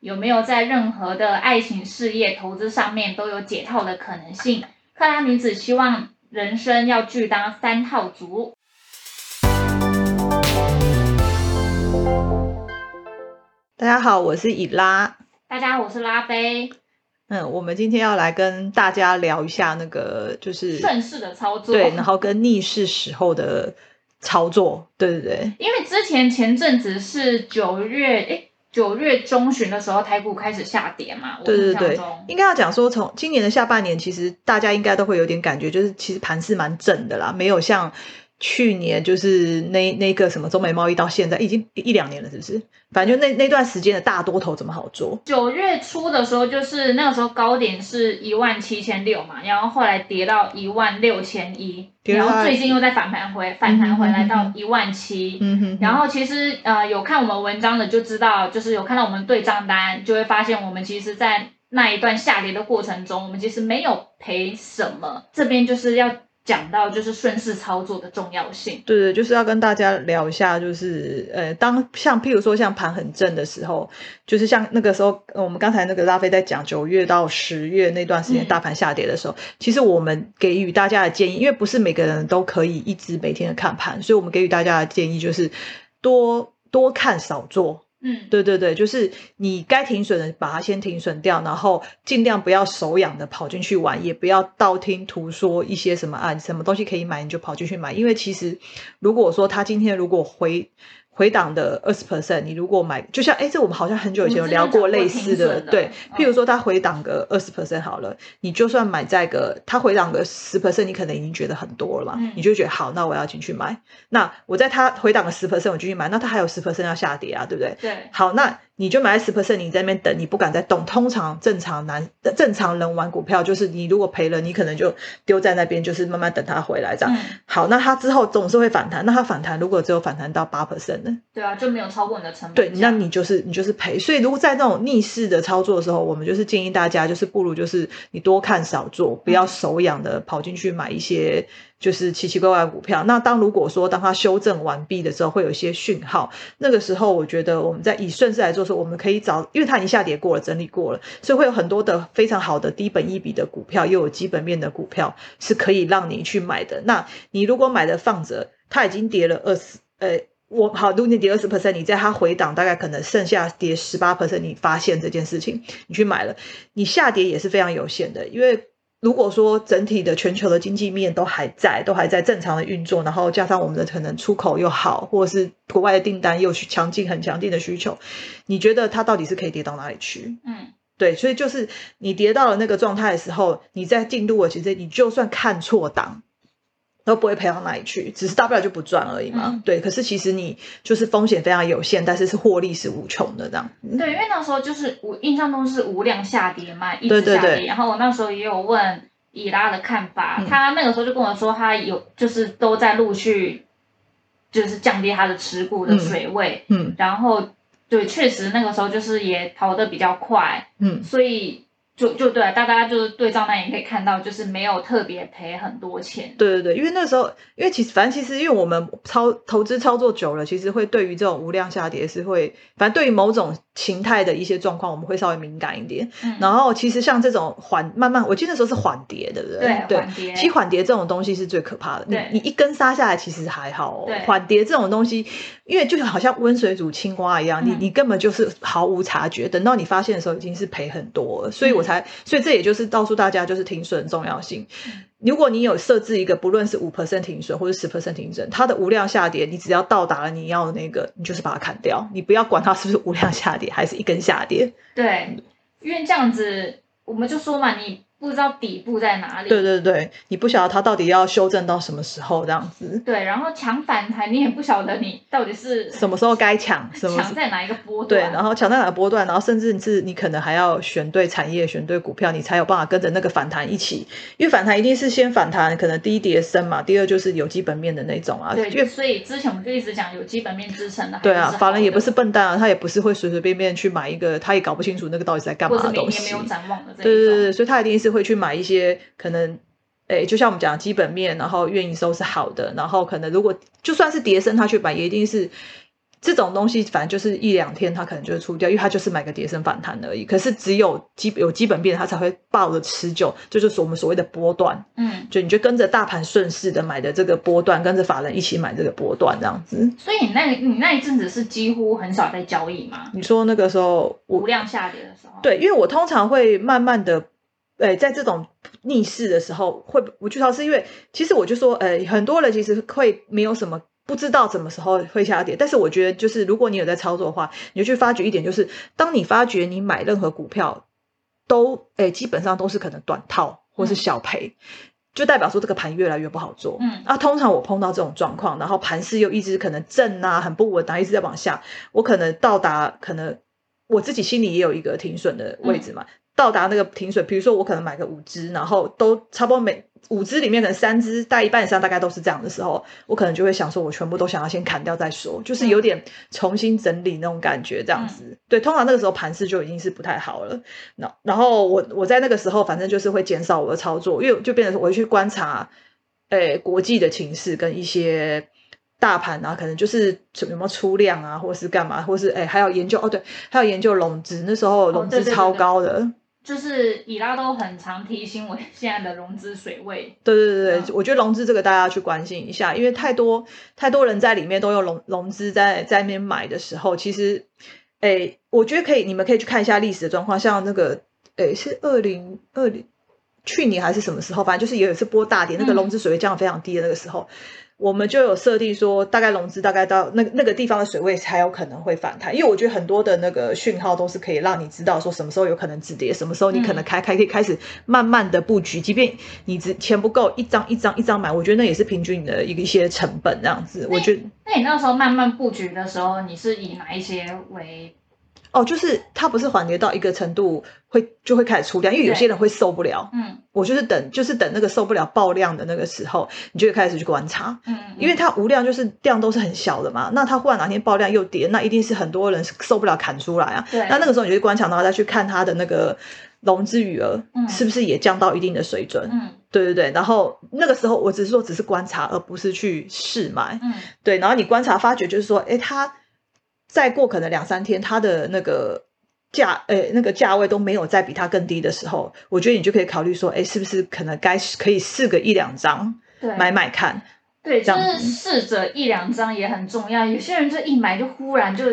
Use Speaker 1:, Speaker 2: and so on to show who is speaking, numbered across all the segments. Speaker 1: 有没有在任何的爱情、事业、投资上面都有解套的可能性。克拉女子希望人生要拒当三套族。
Speaker 2: 大家好，我是以拉。
Speaker 1: 大家好，我是拉菲，
Speaker 2: 嗯，我们今天要来跟大家聊一下那个就是
Speaker 1: 顺势的操作。
Speaker 2: 对，然后跟逆势时候的操作，对对对，
Speaker 1: 因为之前前阵子是九月，诶九月中旬的时候，台股开始下跌嘛，我
Speaker 2: 对
Speaker 1: 印
Speaker 2: 对
Speaker 1: 象
Speaker 2: 对
Speaker 1: 中，
Speaker 2: 应该要讲说，从今年的下半年，其实大家应该都会有点感觉，就是其实盘势蛮正的啦，没有像去年就是那那个什么中美贸易到现在已经一一两年了，是不是？反正就那那段时间的大多头怎么好做？
Speaker 1: 九月初的时候，就是那个时候高点是一万七千六嘛，然后后来跌到一万六千一，
Speaker 2: 跌到
Speaker 1: 然后最近又在反弹回反弹回来到
Speaker 2: 嗯
Speaker 1: 一万七。
Speaker 2: 嗯哼
Speaker 1: 然后其实呃有看我们文章的就知道，就是有看到我们对账单，就会发现我们其实，在那一段下跌的过程中，我们其实没有赔什么。这边就是要讲到就是顺势操作的重要性。
Speaker 2: 对对，就是要跟大家聊一下，就是呃，当像譬如说像盘很正的时候，就是像那个时候，呃我们刚才那个拉菲在讲九月到十月那段时间
Speaker 1: 嗯
Speaker 2: 大盘下跌的时候，其实我们给予大家的建议，因为不是每个人都可以一直每天的看盘，所以我们给予大家的建议就是多多看少做，
Speaker 1: 嗯，
Speaker 2: 对对对，就是你该停损的把它先停损掉，然后尽量不要手痒的跑进去玩，也不要道听途说一些什么啊，什么东西可以买你就跑进去买，因为其实如果说他今天如果回回档的二十 percent，你如果买，就像哎，这我们好像很久以前有聊过类似
Speaker 1: 我们之
Speaker 2: 的，
Speaker 1: 前讲过停损的
Speaker 2: 对，譬如
Speaker 1: 嗯
Speaker 2: 说他回档个二十 percent 好了，你就算买在个他回档个十 percent，你可能已经觉得很多了嘛，
Speaker 1: 嗯
Speaker 2: 你就觉得好，那我要进去买，那我在他回档个十 percent 我进去买，那他还有十 percent 要下跌啊，对不对？
Speaker 1: 对，
Speaker 2: 好，那你就买十 percent，你在那边等，你不敢再动。通常正常男正常人玩股票，就是你如果赔了，你可能就丢在那边，就是慢慢等它回来这样。
Speaker 1: 嗯，
Speaker 2: 好，那它之后总是会反弹，那它反弹如果只有反弹到八 percent 呢？
Speaker 1: 对啊，就没有超过你的成本
Speaker 2: 对
Speaker 1: 价。，
Speaker 2: 那你就是你就是赔。所以如果在那种逆势的操作的时候，我们就是建议大家，就是不如就是你多看少做，不要手痒的跑进去买一些就是奇奇怪怪的股票。那当如果说当它修正完毕的时候，会有一些讯号，那个时候我觉得我们在以顺势来做的时候，我们可以找，因为它已经下跌过了，整理过了，所以会有很多的非常好的低本一比的股票，又有基本面的股票是可以让你去买的。那你如果买的放着，它已经跌了二十，呃，我好，如果你跌二十 percent，你在它回档大概可能剩下跌十八 percent，你发现这件事情，你去买了，你下跌也是非常有限的，因为。如果说整体的全球的经济面都还在，都还在正常的运作，然后加上我们的可能出口又好，或者是国外的订单又去强劲很强劲的需求，你觉得它到底是可以跌到哪里去？
Speaker 1: 嗯，
Speaker 2: 对，所以就是你跌到了那个状态的时候，你在进入了，其实你就算看错档，都不会赔到哪里去，只是大不了就不赚而已嘛。
Speaker 1: 嗯
Speaker 2: 对，可是其实你就是风险非常有限，但是是获利是无穷的这样。
Speaker 1: 对，因为那时候就是我印象中是无量下跌嘛，一直
Speaker 2: 对对
Speaker 1: 下跌。
Speaker 2: 对
Speaker 1: 然后我那时候也有问以拉的看法，
Speaker 2: 嗯
Speaker 1: 他那个时候就跟我说，他有就是都在陆续就是降低他的持股的
Speaker 2: 嗯
Speaker 1: 水位，
Speaker 2: 嗯
Speaker 1: 然后对，确实那个时候就是也逃得比较快，
Speaker 2: 嗯，
Speaker 1: 所以就就对，啊大家就是对账单也可以看到，就是没有特别赔很多钱。
Speaker 2: 对对对，因为那时候，因为其实反正其实，因为我们操投资操作久了，其实会对于这种无量下跌是会，反正对于某种形态的一些状况，我们会稍微敏感一点。
Speaker 1: 嗯，
Speaker 2: 然后其实像这种缓慢慢，我记得那时候是缓跌，对不对？
Speaker 1: 对
Speaker 2: 对
Speaker 1: 缓跌
Speaker 2: 其实缓跌这种东西是最可怕的。你
Speaker 1: 对
Speaker 2: 你一根杀下来，其实还好哦
Speaker 1: 对。
Speaker 2: 缓跌这种东西，因为就好像温水煮青蛙一样，你
Speaker 1: 嗯
Speaker 2: 你根本就是毫无察觉，等到你发现的时候已经是赔很多了。所
Speaker 1: 嗯
Speaker 2: 以我才，所以这也就是告诉大家，就是停损的重要性。
Speaker 1: 嗯
Speaker 2: 如果你有设置一个，不论是五 percent 停损或者十 percent 停损，它的无量下跌，你只要到达了你要的那个，你就是把它砍掉，你不要管它是不是无量下跌，还是一根下跌。
Speaker 1: 对，因为这样子我们就说嘛，你不知道底部在哪里。
Speaker 2: 对对对，你不晓得它到底要修正到什么时候，这样子，
Speaker 1: 对，然后抢反弹，你也不晓得你到底是
Speaker 2: 什么时候该抢，什么
Speaker 1: 抢在哪一个波
Speaker 2: 对，
Speaker 1: 段。
Speaker 2: 然后抢在哪个波段，然后甚至是你可能还要选对产业、选对股票，你才有办法跟着那个反弹一起，因为反弹一定是先反弹，可能第一跌升嘛，第二就是有基本面的那种啊，因
Speaker 1: 对，
Speaker 2: 为。
Speaker 1: 所以之前我们就一直讲有基本面支撑的，
Speaker 2: 对啊，法人也不
Speaker 1: 是
Speaker 2: 是笨蛋啊，他也不是会随随便便去买一个，他也搞不清楚那个到底是在干
Speaker 1: 好的，
Speaker 2: 嘛
Speaker 1: 或者是明
Speaker 2: 的东
Speaker 1: 年
Speaker 2: 西
Speaker 1: 没。有展望的这一种。
Speaker 2: 对对对，所以他一定是会去买一些可能，诶，就像我们讲的基本面，然后愿意收是好的，然后可能如果就算是跌升，他去买也一定是这种东西反正就是一两天它可能就会出掉，因为它就是买个跌升反弹而已。可是只有基有基本面，它才会抱着持久，这就是我们所谓的波段。
Speaker 1: 嗯，
Speaker 2: 就你就跟着大盘顺势的买的这个波段，跟着法人一起买这个波段这样子。
Speaker 1: 所以你那你那一阵子是几乎很少在交易吗？
Speaker 2: 你说那个时候我
Speaker 1: 无量下跌的时候，，
Speaker 2: 对，因为我通常会慢慢的，呃，在这种逆势的时候会我去超市，因为其实我就说，呃，很多人其实会没有什么。不知道什么时候会下跌，但是我觉得就是如果你有在操作的话，你就去发觉一点，就是当你发觉你买任何股票都，诶、基本上都是可能短套或是小赔，就代表说这个盘越来越不好做。
Speaker 1: 嗯
Speaker 2: 啊，通常我碰到这种状况，然后盘势又一直可能震啊，很不稳啊，一直在往下，我可能到达可能我自己心里也有一个停损的位置嘛，到达那个停损，比如说我可能买个五只，然后都差不多每五只里面可能三只带一半以上，大概都是这样的时候，我可能就会想说，我全部都想要先砍掉再说，就是有点重新整理那种感觉，这样子。对，通常那个时候盘势就已经是不太好了。那然后我我在那个时候，反正就是会减少我的操作，因为就变成是我会去观察，诶、呃国际的情势跟一些大盘啊，可能就是有没有出量啊，或是干嘛，或是诶、还有研究哦，对，还有研究融资，那时候融
Speaker 1: 哦对
Speaker 2: 资
Speaker 1: 对对
Speaker 2: 超
Speaker 1: 对
Speaker 2: 高的，
Speaker 1: 就是以拉都很常提醒我现在的融资水位，
Speaker 2: 对对对对，
Speaker 1: 嗯
Speaker 2: 我觉得融资这个大家要去关心一下，因为太多太多人在里面都用融融资在在那边买的时候，其实，诶，我觉得可以，你们可以去看一下历史的状况，像那个，诶，是二零二零去年还是什么时候，反正就是也有一次波大跌，那个
Speaker 1: 嗯
Speaker 2: 融资水位降得非常低的那个时候，我们就有设定说，大概融资大概到那那个地方的水位才有可能会反弹，因为我觉得很多的那个讯号都是可以让你知道说什么时候有可能止跌，什么时候你可能开开可以开始慢慢的布局，即便你只钱不够，一张一张一张买，我觉得那也是平均你的一个一些成本这样子。我觉得
Speaker 1: 那你那时候慢慢布局的时候，你是以哪一些为？
Speaker 2: 哦，就是它不是缓跌到一个程度会就会开始出量，因为有些人会受不了。
Speaker 1: 嗯
Speaker 2: 我就是等就是等那个受不了爆量的那个时候，你就会开始去观察。
Speaker 1: 嗯，
Speaker 2: 因为它无量就是量都是很小的嘛，那它忽然哪天爆量又跌，那一定是很多人受不了砍出来啊。
Speaker 1: 对，
Speaker 2: 那那个时候你就去观察，然后再去看它的那个融资余额
Speaker 1: 嗯
Speaker 2: 是不是也降到一定的水准。
Speaker 1: 嗯
Speaker 2: 对对对，然后那个时候我只是说只是观察，而不是去试买。
Speaker 1: 嗯
Speaker 2: 对，然后你观察发觉就是说，诶，它再过可能两三天，它的那个价，诶，那个价位都没有再比它更低的时候，我觉得你就可以考虑说，诶，是不是可能该可以试个一两张
Speaker 1: 对，
Speaker 2: 买买看。
Speaker 1: 对，
Speaker 2: 这
Speaker 1: 就是
Speaker 2: 样子
Speaker 1: 试着一两张也很重要。有些人就一买就忽然就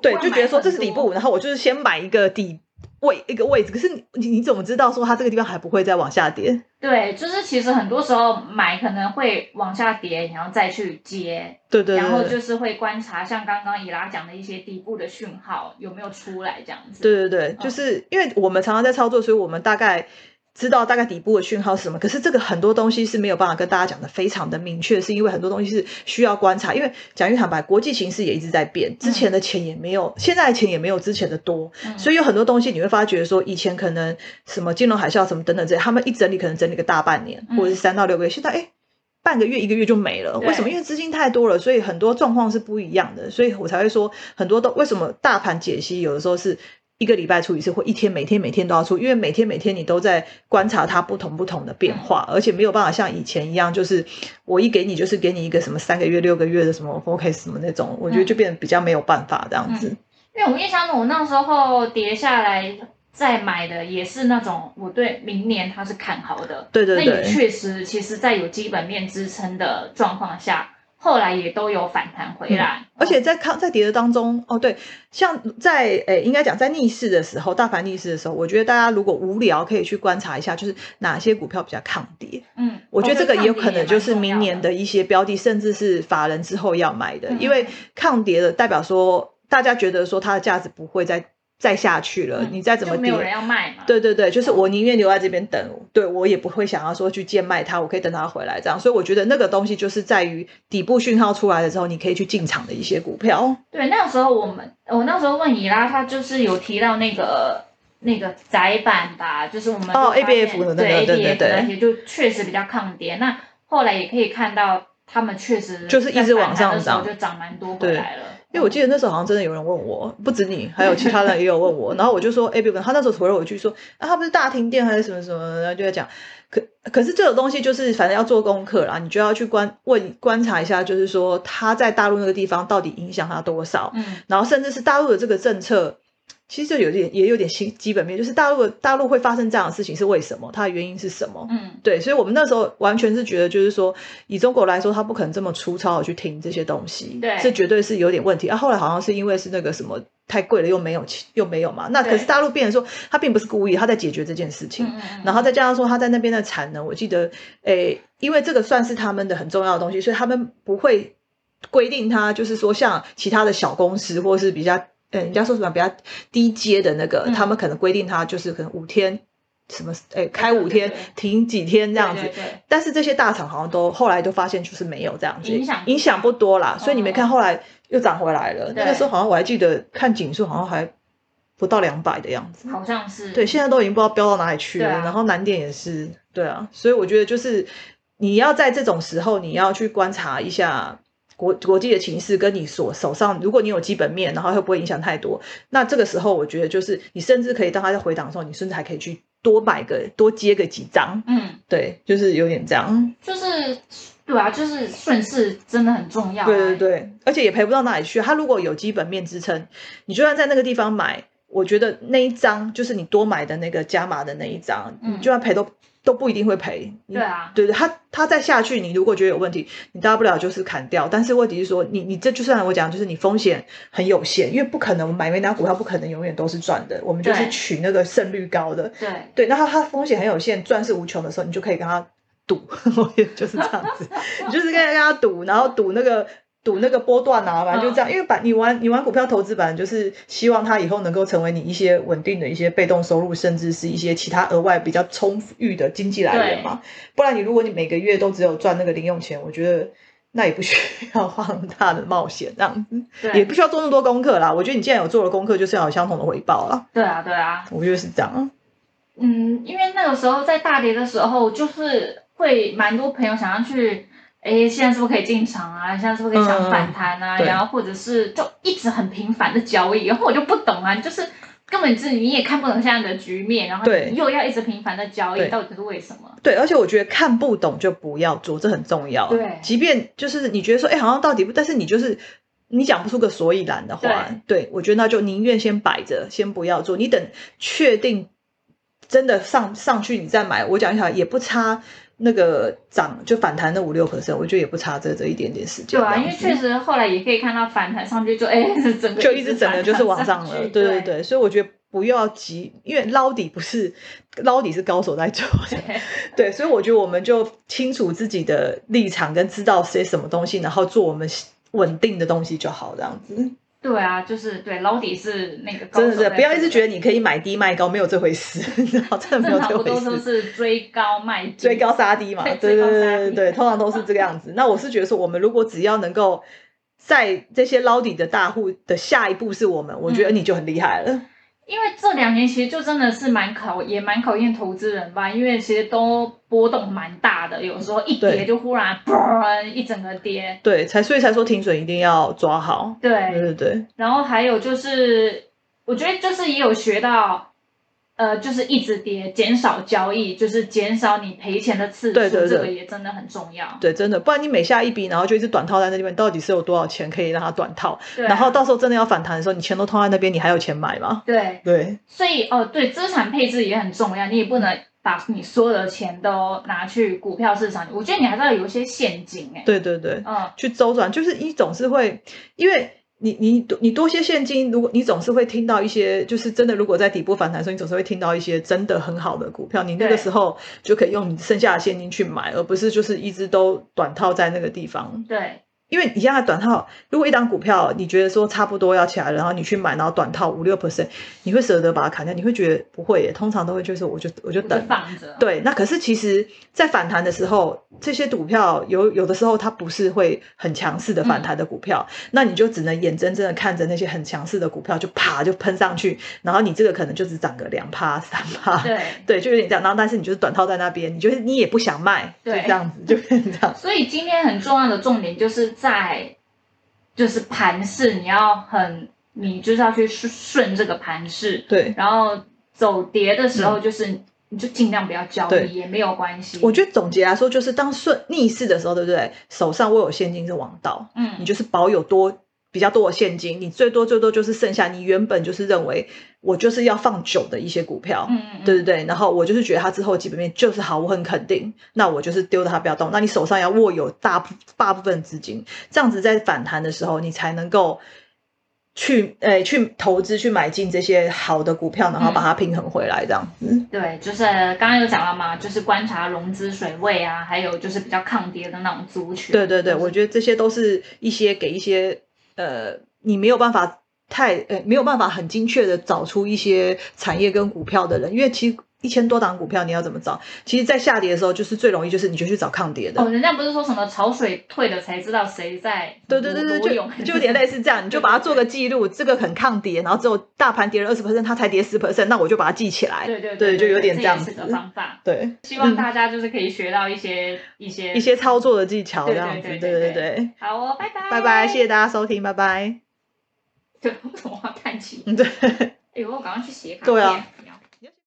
Speaker 2: 对，
Speaker 1: 忽然
Speaker 2: 就觉得说
Speaker 1: 买很
Speaker 2: 这是底
Speaker 1: 多
Speaker 2: 部，然后我就是先买一个底位一个位置，可是你你你怎么知道说它这个地方还不会再往下跌？
Speaker 1: 对，就是其实很多时候买可能会往下跌，然后再去接，
Speaker 2: 对对
Speaker 1: 然后
Speaker 2: 对对
Speaker 1: 就是会观察像刚刚以拉讲的一些底部的讯号有没有出来这样子。
Speaker 2: 对对对，
Speaker 1: 嗯
Speaker 2: 就是因为我们常常在操作，所以我们大概。知道大概底部的讯号是什么，可是这个很多东西是没有办法跟大家讲的非常的明确，是因为很多东西是需要观察。因为讲句坦白，国际形势也一直在变，之前的钱也没有，现在的钱也没有之前的多，
Speaker 1: 嗯，
Speaker 2: 所以有很多东西你会发觉说，以前可能什么金融海啸什么等等这些，他们一整理可能整理个大半年，
Speaker 1: 嗯
Speaker 2: 或者是三到六个月，现在哎。诶半个月、一个月就没了，
Speaker 1: 对
Speaker 2: 为什么？因为资金太多了，所以很多状况是不一样的，所以我才会说很多都为什么大盘解析有的时候是一个礼拜出一次，或一天每天每天都要出，因为每天每天你都在观察它不同不同的变
Speaker 1: 嗯
Speaker 2: 化，而且没有办法像以前一样，就是我一给你就是给你一个什么三个月、六个月的什么 focus 什么那种，
Speaker 1: 嗯
Speaker 2: 我觉得就变得比较没有办法这样子。
Speaker 1: 因为我印象中我那时候跌下来再买的也是那种我对明年它是看好的，
Speaker 2: 对对对，
Speaker 1: 那也确实，其实在有基本面支撑的状况下，后来也都有反弹回来，
Speaker 2: 嗯而且在抗在跌的当中，哦对，像在诶、应该讲在逆势的时候，大盘逆势的时候，我觉得大家如果无聊，可以去观察一下，就是哪些股票比较抗跌。
Speaker 1: 嗯，
Speaker 2: 我觉得这个也有可能就是明年
Speaker 1: 的，
Speaker 2: 的一些标的，甚至是法人之后要买的，
Speaker 1: 嗯
Speaker 2: 因为抗跌的代表说大家觉得说它的价值不会再再下去了，
Speaker 1: 嗯
Speaker 2: 你再怎么
Speaker 1: 就没有人
Speaker 2: 跌。
Speaker 1: 要卖嘛，
Speaker 2: 对对对，就是我宁愿留在这边等，对我也不会想要说去贱卖它，我可以等它回来这样。所以我觉得那个东西就是在于底部讯号出来的时候，你可以去进场的一些股票。
Speaker 1: 对，那时候我们，我那时候问你啦，他就是有提到那个那个窄板吧，就是我们就
Speaker 2: 哦
Speaker 1: 发现
Speaker 2: ABF 的那
Speaker 1: 对
Speaker 2: 个对对
Speaker 1: ABF 那
Speaker 2: 对
Speaker 1: 些就确实比较抗跌。那后来也可以看到，他们确实
Speaker 2: 就是一直往上
Speaker 1: 在反弹的时候
Speaker 2: 涨
Speaker 1: 就涨蛮多回来了。
Speaker 2: 因为我记得那时候好像真的有人问我，不止你，还有其他人也有问我，然后我就说，哎，比如他那时候回了我一句说，啊，他不是大停电还是什么什么，然后就在讲，可可是这种东西就是反正要做功课啦，你就要去观问观察一下，就是说他在大陆那个地方到底影响他多少，
Speaker 1: 嗯
Speaker 2: 然后甚至是大陆的这个政策，其实就有点也有点基基本面，就是大陆的大陆会发生这样的事情是为什么，它的原因是什么，
Speaker 1: 嗯
Speaker 2: 对，所以我们那时候完全是觉得，就是说，以中国来说，他不可能这么粗糙的去听这些东西，
Speaker 1: 对
Speaker 2: 这绝对是有点问题。啊，后来好像是因为是那个什么太贵了，又没有钱，又没有嘛。那可
Speaker 1: 对
Speaker 2: 是大陆变成说，他并不是故意，他在解决这件事情。
Speaker 1: 嗯嗯，
Speaker 2: 然后再加上说他在那边的产能，我记得，诶，因为这个算是他们的很重要的东西，所以他们不会规定他，就是说像其他的小公司或是比较，呃，人家说什么比较低阶的那个，
Speaker 1: 嗯
Speaker 2: 他们可能规定他就是可能五天。什么？诶，开
Speaker 1: 对
Speaker 2: 五
Speaker 1: 对
Speaker 2: 天
Speaker 1: 对，
Speaker 2: 停几天这样子
Speaker 1: 对，对
Speaker 2: 但是这些大厂好像都后来都发现就是没有这样子，
Speaker 1: 影响
Speaker 2: 影响不多啦，所以你没看
Speaker 1: 嗯
Speaker 2: 后来又涨回来了。那个
Speaker 1: 对
Speaker 2: 时候好像我还记得看景数好像还不到两百的样子
Speaker 1: 对，好像是
Speaker 2: 对，现在都已经不知道飙到哪里去了。
Speaker 1: 对啊
Speaker 2: 然后南电也是，对啊，所以我觉得就是你要在这种时候，你要去观察一下。国国际的情势跟你所手上，如果你有基本面，然后会不会影响太多？那这个时候，我觉得就是你甚至可以当它在回档的时候，你甚至还可以去多买个多接个几张，
Speaker 1: 嗯，
Speaker 2: 对，就是有点这样。
Speaker 1: 就是对啊，就是顺势真的很重要、欸
Speaker 2: 对对，对，而且也赔不到哪里去。它如果有基本面支撑，你就算在那个地方买，我觉得那一张就是你多买的那个加码的那一张，
Speaker 1: 嗯
Speaker 2: 你就算赔都都不一定会赔。你
Speaker 1: 对啊
Speaker 2: 对对，它它再下去，你如果觉得有问题，你大不了就是砍掉。但是问题是说，你你这就算我讲，就是你风险很有限，因为不可能我买每档股票不可能永远都是赚的，我们就是
Speaker 1: 对
Speaker 2: 取那个胜率高的。
Speaker 1: 对，
Speaker 2: 对，那它它风险很有限，赚是无穷的时候，你就可以跟他赌， 我也就是这样子，你就是跟跟他赌，然后赌那个赌那个波段啊，反正就这样，因为把你玩你玩股票投资版，就是希望它以后能够成为你一些稳定的一些被动收入，甚至是一些其他额外比较充裕的经济来源嘛。不然你如果你每个月都只有赚那个零用钱，我觉得。那也不需要放大的冒险，这样子
Speaker 1: 对
Speaker 2: 也不需要做那么多功课啦。我觉得你既然有做了功课，就是要有相同的回报啦。
Speaker 1: 对啊，对啊，
Speaker 2: 我觉得是这样。
Speaker 1: 嗯，因为那个时候在大跌的时候，就是会蛮多朋友想要去，哎，现在是不是可以进场啊？现在是不是可以想反弹啊？
Speaker 2: 嗯对
Speaker 1: 然后或者是就一直很频繁的交易，然后我就不懂啊，就是根本是你也看不懂现在的局面，然后
Speaker 2: 对
Speaker 1: 你又要一直频繁的交易，
Speaker 2: 对
Speaker 1: 到底是为什么？
Speaker 2: 对，而且我觉得看不懂就不要做，这很重要。
Speaker 1: 对
Speaker 2: 即便就是你觉得说，哎，好像到底不，但是你就是你讲不出个所以然的话，对我觉得那就宁愿先摆着，先不要做。你等确定真的上上去，你再买。我讲一下，也不差那个涨就反弹那五六 p e 我觉得也不差这这一点点时间
Speaker 1: 对
Speaker 2: 这
Speaker 1: 啊，
Speaker 2: 样子。
Speaker 1: 因为确实后来也可以看到反弹上去就，哎， 整个
Speaker 2: 就一直整个就是往
Speaker 1: 反弹
Speaker 2: 上
Speaker 1: 上
Speaker 2: 了，
Speaker 1: 去
Speaker 2: 对对
Speaker 1: 对，
Speaker 2: 对，所以我觉得不要急，因为捞底不是捞底是高手在做的，
Speaker 1: 对
Speaker 2: 对，所以我觉得我们就清楚自己的立场，跟知道些什么东西，然后做我们稳定的东西就好，这样子。
Speaker 1: 对啊，就是对捞底是那个高
Speaker 2: 真的
Speaker 1: 手
Speaker 2: 是
Speaker 1: 在
Speaker 2: 不要一
Speaker 1: 做
Speaker 2: 直
Speaker 1: 的
Speaker 2: 觉得你可以买低卖高，没有这回事， 你知道 真的没有
Speaker 1: 正常
Speaker 2: 这
Speaker 1: 不都
Speaker 2: 回
Speaker 1: 都
Speaker 2: 事。
Speaker 1: 是追高 卖低
Speaker 2: 追高杀低嘛，对
Speaker 1: 对
Speaker 2: 对
Speaker 1: 追高
Speaker 2: 对
Speaker 1: 杀低
Speaker 2: 对对，通常都是这个样子。那我是觉得说，我们如果只要能够在这些捞底的大户的下一步是我们，我
Speaker 1: 嗯
Speaker 2: 觉得你就很厉害了。
Speaker 1: 因为这两年其实就真的是蛮考，也蛮考验投资人吧，因为其实都波动蛮大的，有时候一
Speaker 2: 对
Speaker 1: 跌就忽然砰一整个跌，
Speaker 2: 对，才所以才说停损一定要抓好。对
Speaker 1: 对。
Speaker 2: 对对，
Speaker 1: 然后还有就是，我觉得就是也有学到，呃，就是一直跌，减少交易，就是减少你赔钱的次数，
Speaker 2: 对对对
Speaker 1: 这个也真的很重要。
Speaker 2: 对，真的，不然你每下一笔，然后就一直短套在那边，到底是有多少钱可以让它短套？
Speaker 1: 对啊
Speaker 2: 然后到时候真的要反弹的时候，你钱都套在那边，你还有钱买吗？
Speaker 1: 对，
Speaker 2: 对
Speaker 1: 所以哦，对，资产配置也很重要，你也不能把你所有的钱都拿去股票市场，我觉得你还是要有一些现金哎、
Speaker 2: 对对对，
Speaker 1: 嗯，
Speaker 2: 去周转，就是你总是会，因为你你你多些现金，如果你总是会听到一些，就是真的，如果在底部反弹的时候，你总是会听到一些真的很好的股票，你那个
Speaker 1: 对
Speaker 2: 时候就可以用你剩下的现金去买，而不是就是一直都短套在那个地方。
Speaker 1: 对。
Speaker 2: 因为你现在短套，如果一档股票你觉得说差不多要起来了，然后你去买，然后短套五六 percent，你会舍得把它砍掉？你会觉得不会耶？通常都会就是我就我就
Speaker 1: 我就
Speaker 2: 等。
Speaker 1: 放着。
Speaker 2: 对，那可是其实，在反弹的时候，这些股票有有的时候它不是会很强势的
Speaker 1: 嗯
Speaker 2: 反弹的股票，那你就只能眼睁睁的看着那些很强势的股票就啪就喷上去，然后你这个可能就只涨个两趴三趴，
Speaker 1: 对，
Speaker 2: 对，就有点这样。然后但是你就是短套在那边，你就是你也不想卖，就
Speaker 1: 对
Speaker 2: 这样子，就变成这样。
Speaker 1: 所以今天很重要的重点就是在就是盘势，你要很，你就是要去顺顺这个盘势，
Speaker 2: 对，
Speaker 1: 然后走跌的时候，就是、你就尽量不要交
Speaker 2: 嗯对
Speaker 1: 易，也没有关系。
Speaker 2: 我觉得总结来说，就是当顺逆势的时候，对不对？手上握有现金是王道，你
Speaker 1: 嗯，
Speaker 2: 就是保有多比较多的现金，你最多最多就是剩下你原本就是认为我就是要放久的一些股票，
Speaker 1: 嗯嗯嗯，
Speaker 2: 对对对，然后我就是觉得它之后基本面就是好，我很肯定，那我就是丢的它不要动。那你手上要握有大部大部分资金，这样子在反弹的时候，你才能够去诶、去投资去买进这些好的股票，然后把它平衡回来，这样子。
Speaker 1: 对，就是刚刚有讲了嘛，就是观察融资水位啊，还有就是比较抗跌的那种族群。
Speaker 2: 对对对，
Speaker 1: 就是
Speaker 2: 我觉得这些都是一些给一些呃，你没有办法太呃没有办法很精确的找出一些产业跟股票的人，因为其实一千多档股票你要怎么找？其实，在下跌的时候，就是最容易就是你就去找抗跌的。
Speaker 1: 哦，人家不是说什么潮水退了才知道谁在
Speaker 2: 对对对对，
Speaker 1: 裸
Speaker 2: 就
Speaker 1: 泳，
Speaker 2: 就 有点类似这样，你就把它做个记录，这个很抗跌，然后只有大盘跌了二十 percent，它才跌十 percent，那我就把它记起来。
Speaker 1: 对对
Speaker 2: 对就有点
Speaker 1: 这
Speaker 2: 这样
Speaker 1: 也是
Speaker 2: 子
Speaker 1: 个方法。
Speaker 2: 对，
Speaker 1: 希望大家就是可以学到一些一些
Speaker 2: 嗯一些操作的技巧这
Speaker 1: 对对
Speaker 2: 样子。
Speaker 1: 对
Speaker 2: 对
Speaker 1: 对
Speaker 2: 对
Speaker 1: 对
Speaker 2: 对，
Speaker 1: 好哦，拜拜
Speaker 2: 拜拜， 谢谢大家收听，拜拜。
Speaker 1: 对，为什么我要叹气？
Speaker 2: 嗯，对。
Speaker 1: 哎呦，我赶快去写卡
Speaker 2: 对啊
Speaker 1: 片